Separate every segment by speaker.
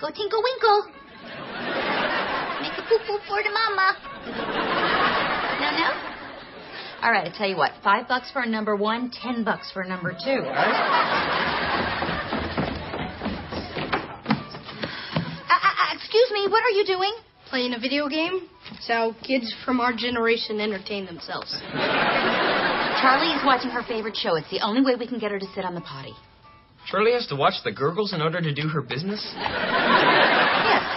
Speaker 1: Go tinkle winkle. Make a poo poo for the mama. No, no? All right, I tell you what. Five bucks for number one, ten bucks for number two. Uh, uh, uh, excuse me, what are you doing?
Speaker 2: Playing a video game? It's how kids from our generation entertain themselves.
Speaker 1: Charlie is watching her favorite show. It's the only way we can get her to sit on the potty.
Speaker 3: Shirley has to watch the gurgles in order to do her business?
Speaker 1: Yes.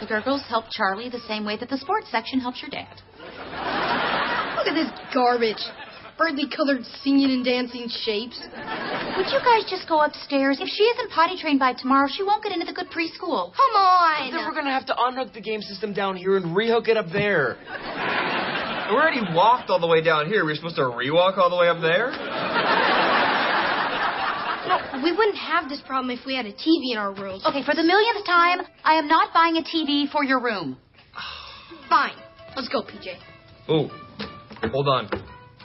Speaker 1: The Gurgles help Charlie the same way that the sports section helps your dad.
Speaker 2: Look at this garbage. Brightly colored singing and dancing shapes.
Speaker 1: Would you guys just go upstairs? If she isn't potty trained by tomorrow, she won't get into the good preschool.
Speaker 2: Come on.
Speaker 3: Then we're going to have to unhook the game system down here and rehook it up there. we already walked all the way down here. We're supposed to rewalk all the way up there?
Speaker 2: No, we wouldn't have this problem if we had a TV in our room. Oh,
Speaker 1: Okay, for the millionth time, I am not buying a TV for your room.
Speaker 2: Fine. Let's go, PJ.
Speaker 3: Ooh, hold on.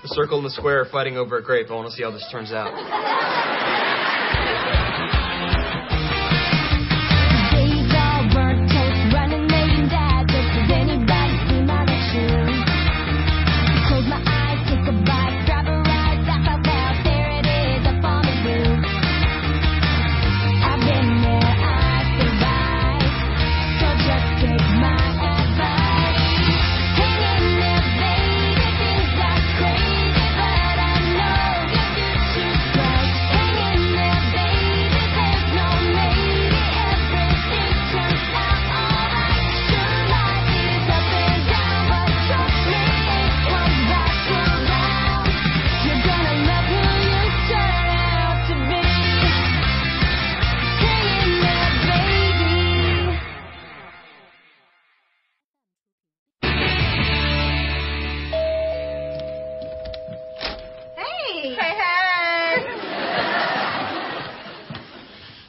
Speaker 3: The circle and the square are fighting over a grape. I want to see how this turns out.
Speaker 4: Days all burnt toast, running late and dad. Does anybody see my reflection? Close my eyes, take a bite, grab a ride, laugh out loud. There it is, up on the roof. I've been there, I survived. So just take my advice. Hang in there, baby, things are crazy, but I know your future's bright. Hang in there, baby, there's no maybe. Everything turns out alright. Sure, life is up and down, but trust me, it comes back around. You're gonna love who you turn out to be. Hang in there, baby.
Speaker 2: Hey.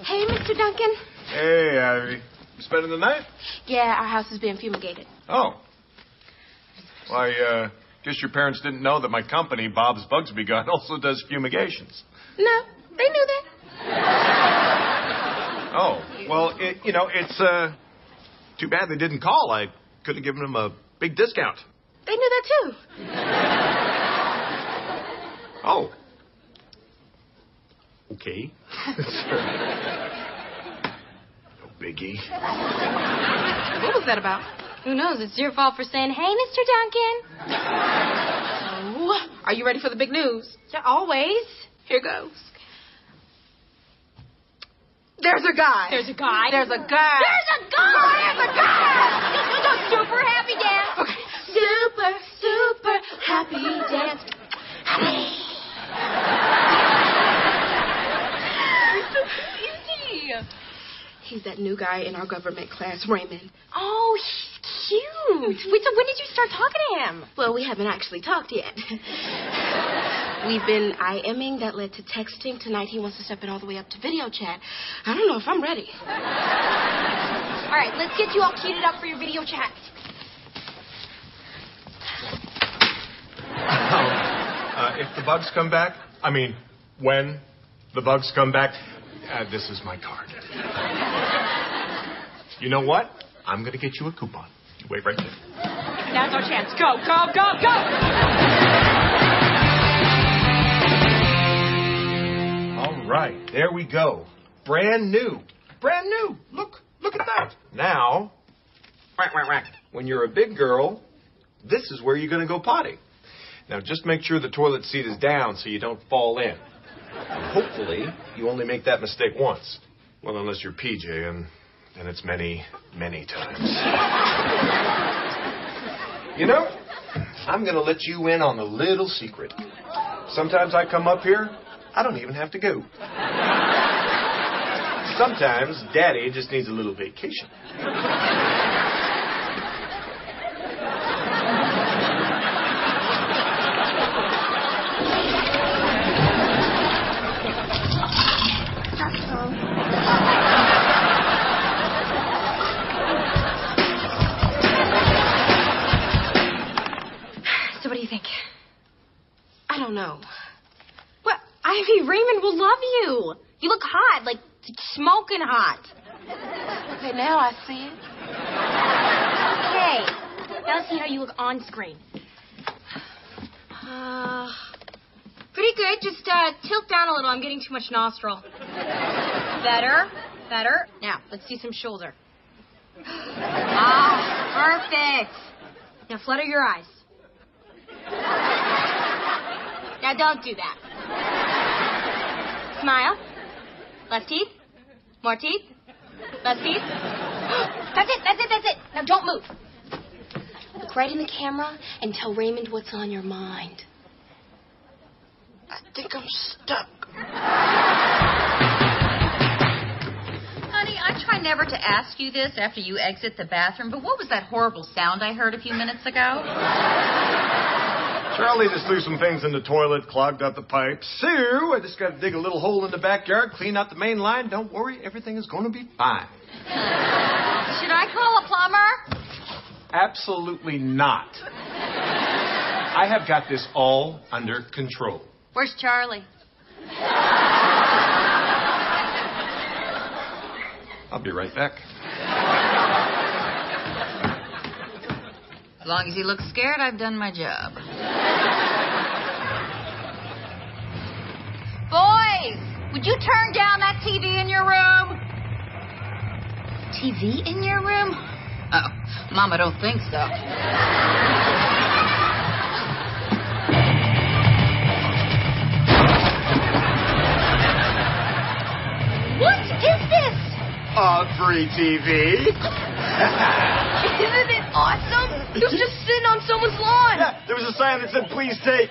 Speaker 5: Hey, Mr. Duncan.
Speaker 6: Hey, Ivy. You spending the night?
Speaker 5: Yeah, our house is being fumigated.
Speaker 6: Oh. Well, I uh, guess your parents didn't know that my company, Bob's Bugsby Gun, also does fumigations.
Speaker 5: No, they knew that.
Speaker 6: Oh. Well, it, you know, it's uh, too bad they didn't call. I could have given them a big discount.
Speaker 5: They knew that too.
Speaker 6: Oh. Okay. no biggie.
Speaker 5: What was that about? Who knows? It's your fault for saying, "Hey, Mr. Duncan." so, Oh, are you ready for the big news? Yeah, always. Here goes.
Speaker 2: There's a guy.
Speaker 5: There's a guy. There's a guy. There's a guy. There's a guy. Super happy dance. Okay. Super, super happy dance. Happy. He's that new guy in our government class, Raymond. Oh, he's cute. Wait, so when did you start talking to him?
Speaker 2: Well, we haven't actually talked yet. We've been IMing that led to texting. Tonight he wants to step it all the way up to video chat. I don't know if I'm ready.
Speaker 5: All right, let's get you all queued up for your video chat.
Speaker 6: Uh, if the bugs come back, I mean, when the bugs come back, uh, this is my card. you know what? I'm going to get you a coupon. You Wait right there.
Speaker 5: Now's our chance. Go, go, go, go.
Speaker 6: All right, there we go. Brand new. Brand new. Look, look at that. Now, whack, whack, whack. when you're a big girl, this is where you're going to go potty. Now, just make sure the toilet seat is down so you don't fall in. And hopefully, you only make that mistake once. Well, unless you're PJ, and then it's many, many times. you know, I'm going to let you in on a little secret. Sometimes I come up here, I don't even have to go. Sometimes daddy just needs a little vacation.
Speaker 5: So, what do you think?
Speaker 2: I don't know.
Speaker 5: Well, Ivy Raymond will love you. You look hot, like smoking hot.
Speaker 2: Okay, now I see it.
Speaker 5: Okay. Now let's see how you look on screen.
Speaker 2: Uh,
Speaker 5: Pretty good. Just uh, tilt down a little. I'm getting too much nostril. Better. Better. Now, let's do some shoulder. ah, perfect. Now flutter your eyes. Now don't do that. Smile. Left teeth. More teeth. Left teeth. That's it. That's it. That's it. Now don't move.
Speaker 2: look right in the camera and tell Raymond what's on your mind. I think I'm stuck.
Speaker 1: Honey, I try never to ask you this after you exit the bathroom, but what was that horrible sound I heard a few minutes ago?
Speaker 6: Charlie just threw some things in the toilet, clogged up the pipe. Sue, I just got to dig a little hole in the backyard, clean out the main line. Don't worry, everything is going to be fine.
Speaker 1: Should I call a plumber?
Speaker 6: Absolutely not. I have got this all under control.
Speaker 1: Where's Charlie?
Speaker 6: I'll be right back.
Speaker 1: As long as he looks scared, I've done my job. Boys, would you turn down that TV in your room? TV in your room? Oh, Mama don't think so. What is this?
Speaker 6: On free TV.
Speaker 1: Isn't it awesome? It was just sitting on someone's lawn.
Speaker 6: Yeah, there was a sign that said, please take.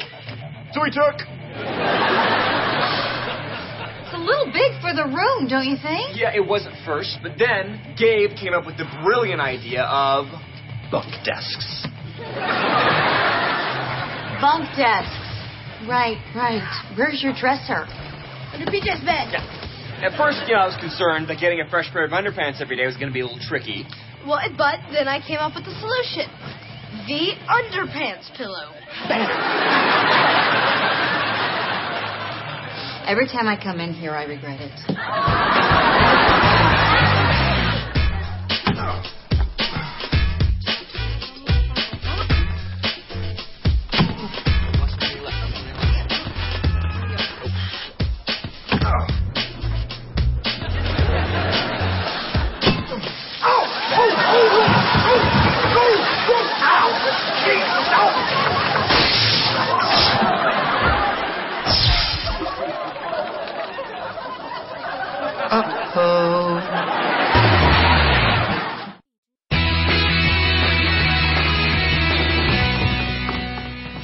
Speaker 6: So we took.
Speaker 1: It's a little big for the room, don't you think?
Speaker 3: Yeah, it wasn't first, but then Gabe came up with the brilliant idea of bunk desks.
Speaker 1: Bunk desks. Right, right. Where's your dresser?
Speaker 5: Under PJ's bed.
Speaker 3: At first, you know, I was concerned that getting a fresh pair of underpants every day was going to be a little tricky.
Speaker 5: Well, but then I came up with the solution. The underpants pillow.
Speaker 1: Every time I come in here, I regret it.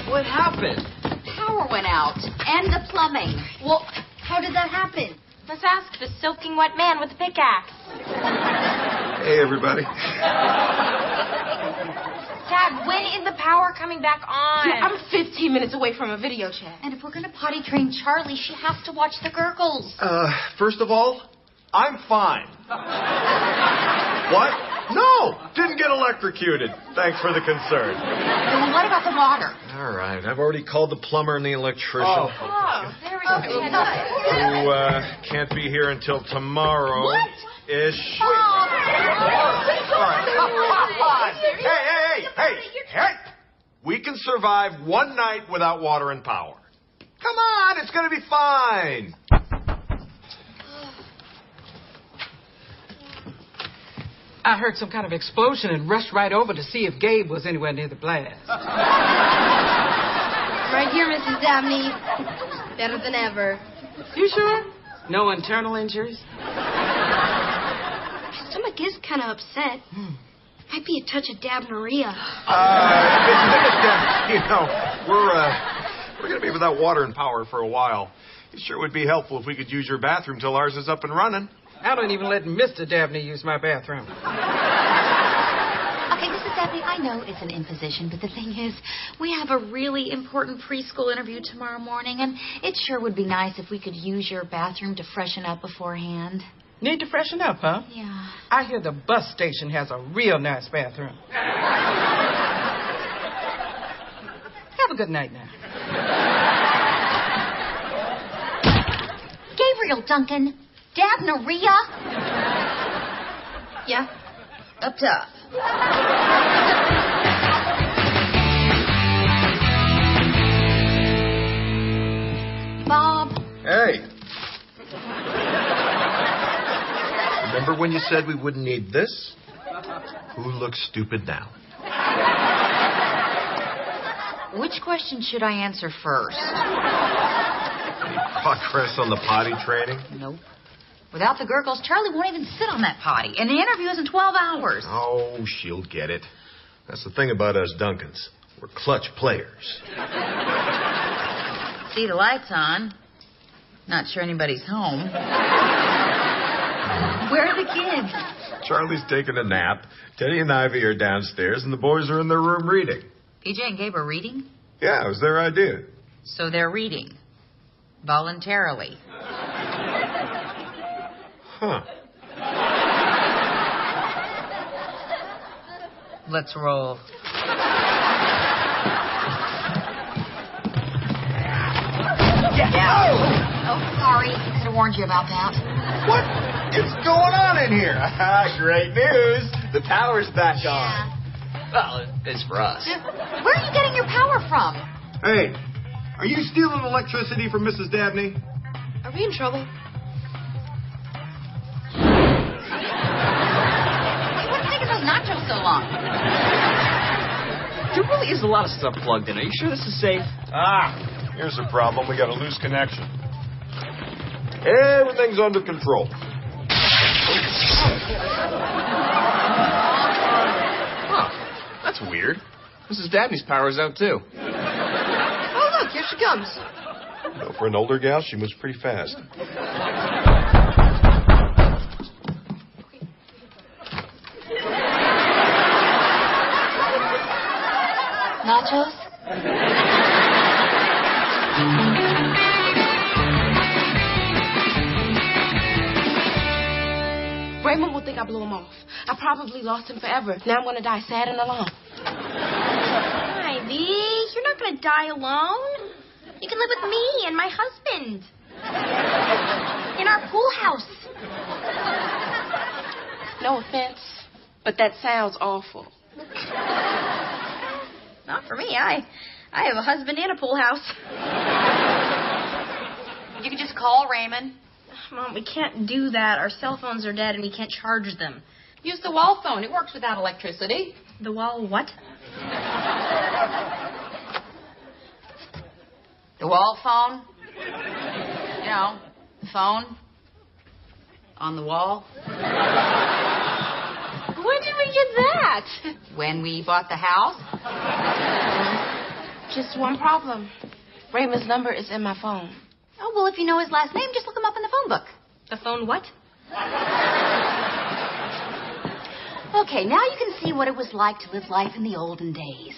Speaker 3: What happened?
Speaker 1: Power went out, and the plumbing.
Speaker 5: Well, how did that happen?
Speaker 2: Let's ask the soaking wet man with the pickaxe.
Speaker 6: Hey, everybody.
Speaker 5: Dad, when is the power coming back on?
Speaker 2: Yeah, I'm 15 minutes away from a video chat.
Speaker 1: And if we're gonna potty train Charlie, she has to watch the gurgles.
Speaker 6: Uh, first of all, I'm fine. what? No! Didn't get electrocuted. Thanks for the concern.
Speaker 1: Well, what about the water?
Speaker 6: All right, I've already called the plumber and the electrician.
Speaker 2: Oh, there we go.
Speaker 6: Who uh, can't be here until tomorrow?
Speaker 1: What?
Speaker 6: Ish. Hey,
Speaker 1: Hey,
Speaker 6: hey, hey, hey, hey! We can survive one night without water and power. Come on, it's gonna be fine.
Speaker 7: I heard some kind of explosion and rushed right over to see if Gabe was anywhere near the blast.
Speaker 5: Right here, Mrs. Dabney. Better than ever.
Speaker 7: You sure? No internal injuries?
Speaker 5: My stomach is kind of upset.
Speaker 2: Hmm.
Speaker 5: Might be a touch of Dabneria.
Speaker 6: Uh, you know, we're uh, we're gonna be without water and power for a while. It sure would be helpful if we could use your bathroom till ours is up and running.
Speaker 7: I don't even let Mr. Dabney use my bathroom.
Speaker 1: Okay, Mrs. Dabney, I know it's an imposition, but the thing is, we have a really important preschool interview tomorrow morning, and it sure would be nice if we could use your bathroom to freshen up beforehand.
Speaker 7: Need to freshen up, huh?
Speaker 1: Yeah.
Speaker 7: I hear the bus station has a real nice bathroom. Have a good night now.
Speaker 1: Gabriel Duncan, Dabneria? Yeah. Up top. Bob,
Speaker 6: Hey. Remember when you said we wouldn't need this? Who looks stupid now?
Speaker 1: which question should I answer first?
Speaker 6: Any progress on the potty training?
Speaker 1: Nope. Without the gurgles, Charlie won't even sit on that potty, and the interview is in 12 hours.
Speaker 6: Oh, she'll get it. That's the thing about us Duncans. We're clutch players.
Speaker 1: See the lights on. Not sure anybody's home. Where are the kids?
Speaker 6: Charlie's taking a nap. Teddy and Ivy are downstairs, and the boys are in their room reading.
Speaker 1: PJ and Gabe are reading,
Speaker 6: Yeah, it was their idea.
Speaker 1: so they're reading. Voluntarily.
Speaker 6: Huh.
Speaker 1: Let's roll. Oh, sorry. I should have warned you about that.
Speaker 6: What is going on in here? Great news. The power's back on.
Speaker 3: Well, it's for us.
Speaker 1: Where are you getting your power from?
Speaker 6: Hey, are you stealing electricity from Mrs. Dabney?
Speaker 5: Are we in trouble?
Speaker 1: Hey, what's taking those nachos so long?
Speaker 3: There really is a lot of stuff plugged in. Are you sure this is safe?
Speaker 6: Ah, here's the problem. We got a loose connection. Everything's under control.
Speaker 3: Huh. That's weird. Mrs. Dabney's power's out, too.
Speaker 5: Oh, look, here she comes.
Speaker 6: Well, for an older gal, she moves pretty fast.
Speaker 1: Nachos?
Speaker 2: Raymond will think I blew him off. I probably lost him forever. Now I'm going to die sad and alone.
Speaker 5: Ivy, you're not going to die alone. You can live with me and my husband. In our pool house.
Speaker 2: No offense, but that sounds awful.
Speaker 5: Not for me. I I have a husband and a pool house.
Speaker 1: You can just call Raymond.
Speaker 5: Mom, we can't do that. Our cell phones are dead and we can't charge them.
Speaker 1: Use the wall phone. It works without electricity.
Speaker 5: The wall what?
Speaker 1: The wall phone? You know, the phone on the wall.
Speaker 5: When did we get that?
Speaker 1: When we bought the house,
Speaker 2: Just one problem. Raymond's number is in my phone.
Speaker 1: oh, well, if you know his last name, just look him up in the phone book.
Speaker 5: The phone what?
Speaker 1: Okay, now you can see what it was like to live life in the olden days,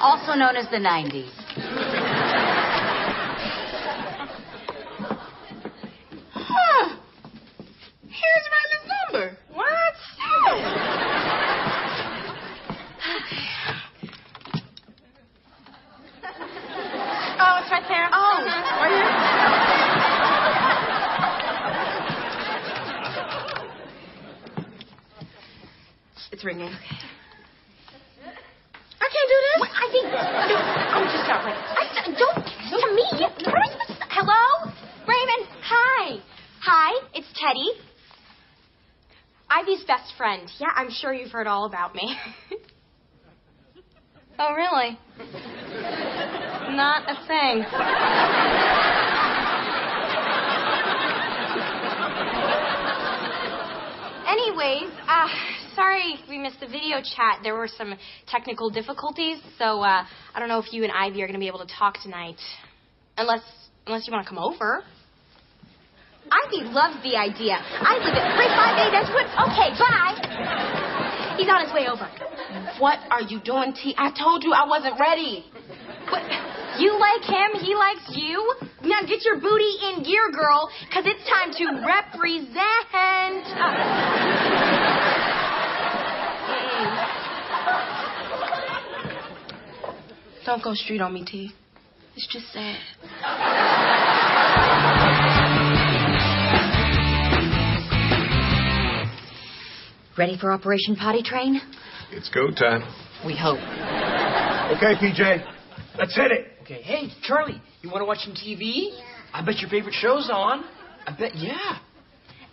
Speaker 1: also known as the 90s.
Speaker 2: Huh. Here's Raymond's number. What? Oh, it's right there. Oh, right here. It's ringing. I can't do this. I think. No, I'm just not ready.
Speaker 5: I, don't to me. What am I supposed to- Hello, Raymond. Hi, hi. It's Teddy. Ivy's best friend. Yeah, I'm sure you've heard all about me. oh, really? Not a thing. Anyways, uh, sorry we missed the video chat. There were some technical difficulties, so uh, I don't know if you and Ivy are going to be able to talk tonight, unless unless you want to come over. Ivy loves the idea. I live at three five eight Edgewood. Okay, bye. He's on his way over.
Speaker 2: What are you doing, T? I told you I wasn't ready.
Speaker 5: What? You like him, he likes you. Now get your booty in gear, girl, because it's time to represent. us.
Speaker 2: Don't go street on me, T. It's just sad.
Speaker 1: Ready for Operation Potty Train?
Speaker 6: It's go time.
Speaker 1: We hope.
Speaker 6: Okay, PJ. Let's hit it.
Speaker 8: Okay, hey, Charlie, you want to watch some TV? Yeah. I bet your favorite show's on. I bet, yeah.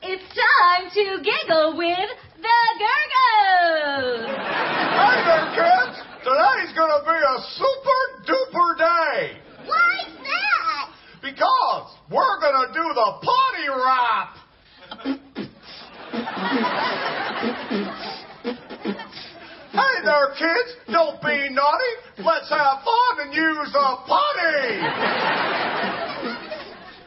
Speaker 1: It's time to giggle with the Gurgos!
Speaker 6: Hey there, kids. Today's gonna be a super duper day
Speaker 4: Why's that?
Speaker 6: because we're gonna do the potty rap. Hey there, kids. Don't be naughty. Let's have fun and use the potty.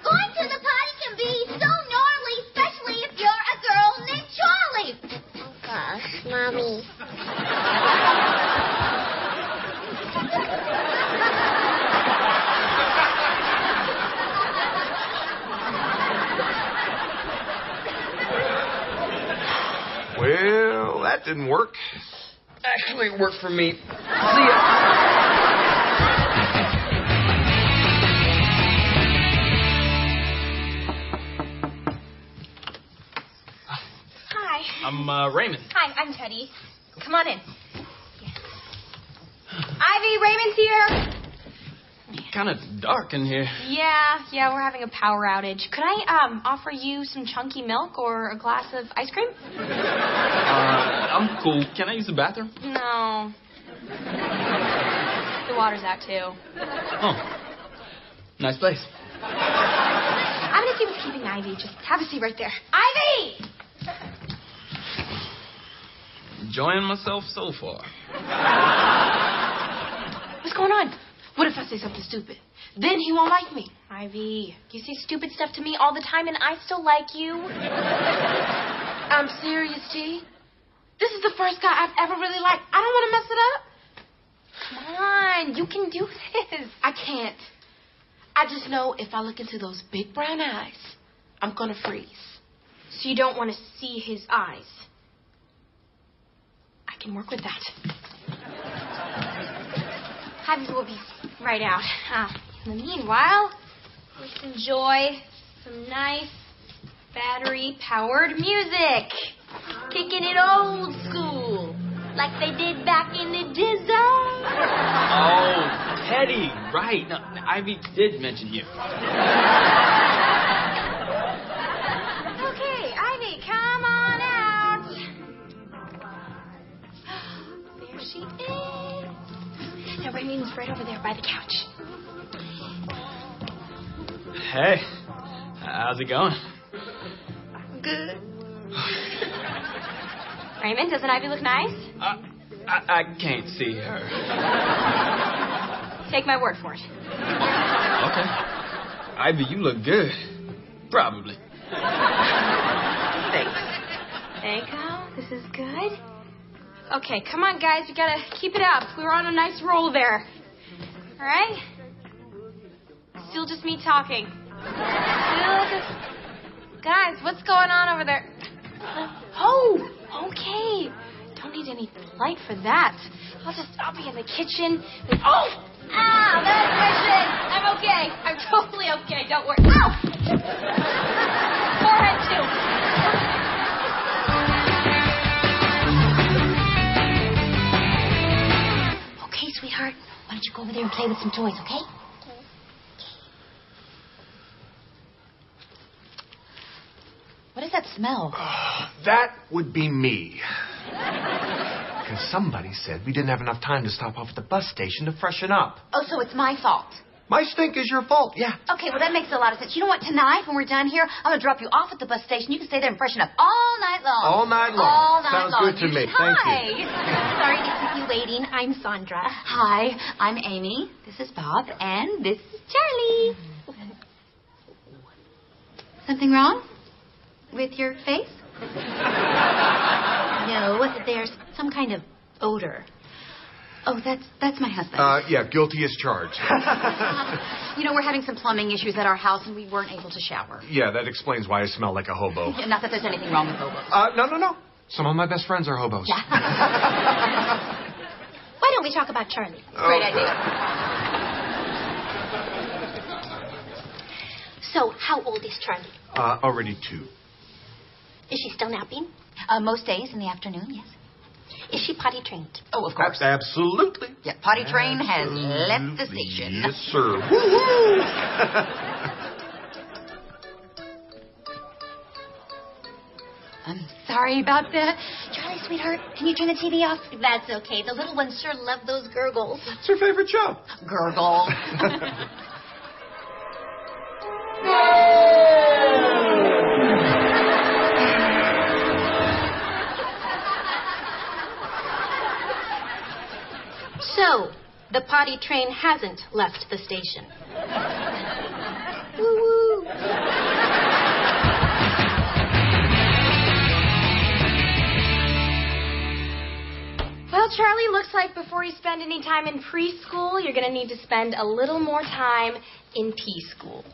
Speaker 4: Going to the potty can be so gnarly, especially if you're a girl named Charlie. Oh gosh, mommy.
Speaker 6: Well, that didn't work.
Speaker 3: Actually, it worked for me.
Speaker 5: Hi.
Speaker 3: I'm uh, Raymond.
Speaker 5: Hi, I'm Teddy. Come on in. Ivy, Raymond's here.
Speaker 3: Kind of dark in here.
Speaker 5: Yeah, yeah, we're having a power outage. Could I um offer you some chunky milk or a glass of ice cream?
Speaker 3: Uh, I'm cool. Can I use the bathroom?
Speaker 5: No. the water's out too.
Speaker 3: Oh, nice place.
Speaker 5: I'm gonna see what's keeping Ivy. Just have a seat right there. Ivy!
Speaker 3: Enjoying myself so far.
Speaker 2: What's going on? What if I say something stupid? Then he won't like me.
Speaker 5: Ivy, you say stupid stuff to me all the time and I still like you.
Speaker 2: I'm serious, G. This is the first guy I've ever really liked. I don't want to mess it up.
Speaker 5: Come on, you can do this.
Speaker 2: I can't. I just know if I look into those big brown eyes, I'm going to freeze.
Speaker 5: So you don't want to see his eyes. I can work with that. Happy will be right out. Ah, in the meanwhile, let's enjoy some nice battery-powered music. Kicking it old school, like they did back in the day.
Speaker 3: Oh, Teddy, right. No, Ivy did mention you.
Speaker 5: Okay, Ivy, come on out. There she is. Now Raymond's right over there by the couch.
Speaker 3: Hey, how's it going?
Speaker 2: Good.
Speaker 5: Raymond, doesn't Ivy look nice?
Speaker 3: I, I, I can't see her.
Speaker 5: Take my word for it.
Speaker 3: Okay. Ivy, you look good. Probably.
Speaker 5: Echo, this is good. Okay, come on, guys. We gotta keep it up. We were on a nice roll there. All right? Still just me talking. Still just- Guys, what's going on over there? Oh, okay. Don't need any light for that. I'll just, I'll be in the kitchen. Oh! Ah, that's my shit. I'm okay. I'm totally okay. Don't worry. Ow! Forehead, too.
Speaker 1: Okay, sweetheart. Why don't you go over there and play with some toys, okay? What does that smell?
Speaker 6: That would be me. Because somebody said we didn't have enough time to stop off at the bus station to freshen up.
Speaker 1: Oh, so it's my fault.
Speaker 6: My stink is your fault, yeah.
Speaker 1: Okay, well, that makes a lot of sense. You know what? Tonight, when we're done here, I'm going to drop you off at the bus station. You can stay there and freshen up all night long.
Speaker 6: All night long.
Speaker 1: All night
Speaker 6: Sounds
Speaker 1: long.
Speaker 6: good to
Speaker 1: You
Speaker 6: me.
Speaker 1: should-
Speaker 6: Thank you.
Speaker 1: Hi. Sorry to keep you waiting. I'm Sandra. Hi, I'm Amy. This is Bob. And this is Charlie. Something wrong with your face? no, there's some kind of odor. Oh, that's that's my husband.
Speaker 6: Uh, yeah, guilty as charged.
Speaker 1: You know, we're having some plumbing issues at our house, and we weren't able to shower.
Speaker 6: yeah, that explains why I smell like a hobo.
Speaker 1: Yeah, Not that there's anything wrong with Bobo.
Speaker 6: Uh, no, no, no. Some of my best friends are hobos.
Speaker 1: Why don't we talk about Charlie?
Speaker 6: Great
Speaker 1: Great
Speaker 6: Okay.
Speaker 1: idea.
Speaker 4: So, how old is Charlie?
Speaker 6: Uh, already two.
Speaker 4: Is she still napping?
Speaker 1: Uh, most days in the afternoon, yes.
Speaker 5: Is she potty trained?
Speaker 1: Oh, of course.
Speaker 6: Absolutely.
Speaker 1: Yeah, potty train has left the
Speaker 6: Absolutely.
Speaker 1: station.
Speaker 6: Yes, sir. Woo-hoo!
Speaker 1: I'm sorry about that. Charlie, sweetheart, can you turn the TV off? That's okay. The little ones sure love those gurgles.
Speaker 6: It's her favorite show.
Speaker 1: Gurgle.
Speaker 5: So, the potty train hasn't left the station. Well, Charlie, looks like before you spend any time in preschool, you're going to need to spend a little more time in pea school.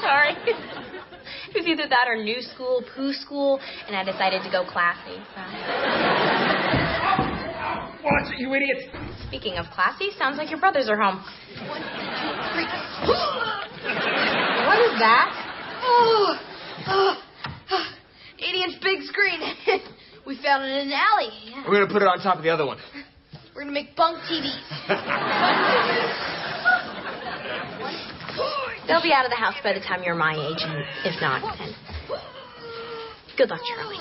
Speaker 5: Sorry. It was either that or new school, poo school, and I decided to go classy.
Speaker 8: Watch it, you idiots!
Speaker 5: Speaking of classy, sounds like your brothers are home.
Speaker 1: what is that?
Speaker 2: Oh, oh, oh. Idiot's big screen. we found it in an alley. Yeah.
Speaker 3: We're gonna put it on top of the other one.
Speaker 2: We're gonna make bunk TVs.
Speaker 5: They'll be out of the house by the time you're my age, and if not, then good luck, Charlie.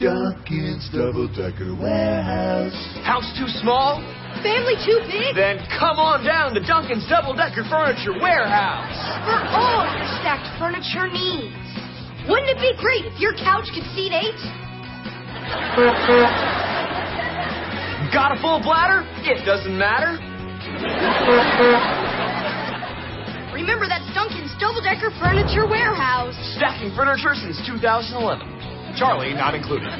Speaker 9: Dunkin's Double Decker Warehouse.
Speaker 3: House too small?
Speaker 2: Family too big
Speaker 3: Then come on down to Duncan's Double Decker Furniture Warehouse.
Speaker 2: for all your stacked furniture needs. Wouldn't it be great if your couch could seat eight?
Speaker 3: Got a full bladder? It doesn't matter.
Speaker 2: Remember, that's Duncan's Double Decker Furniture Warehouse.
Speaker 3: Stacking furniture since 2011. Charlie not included.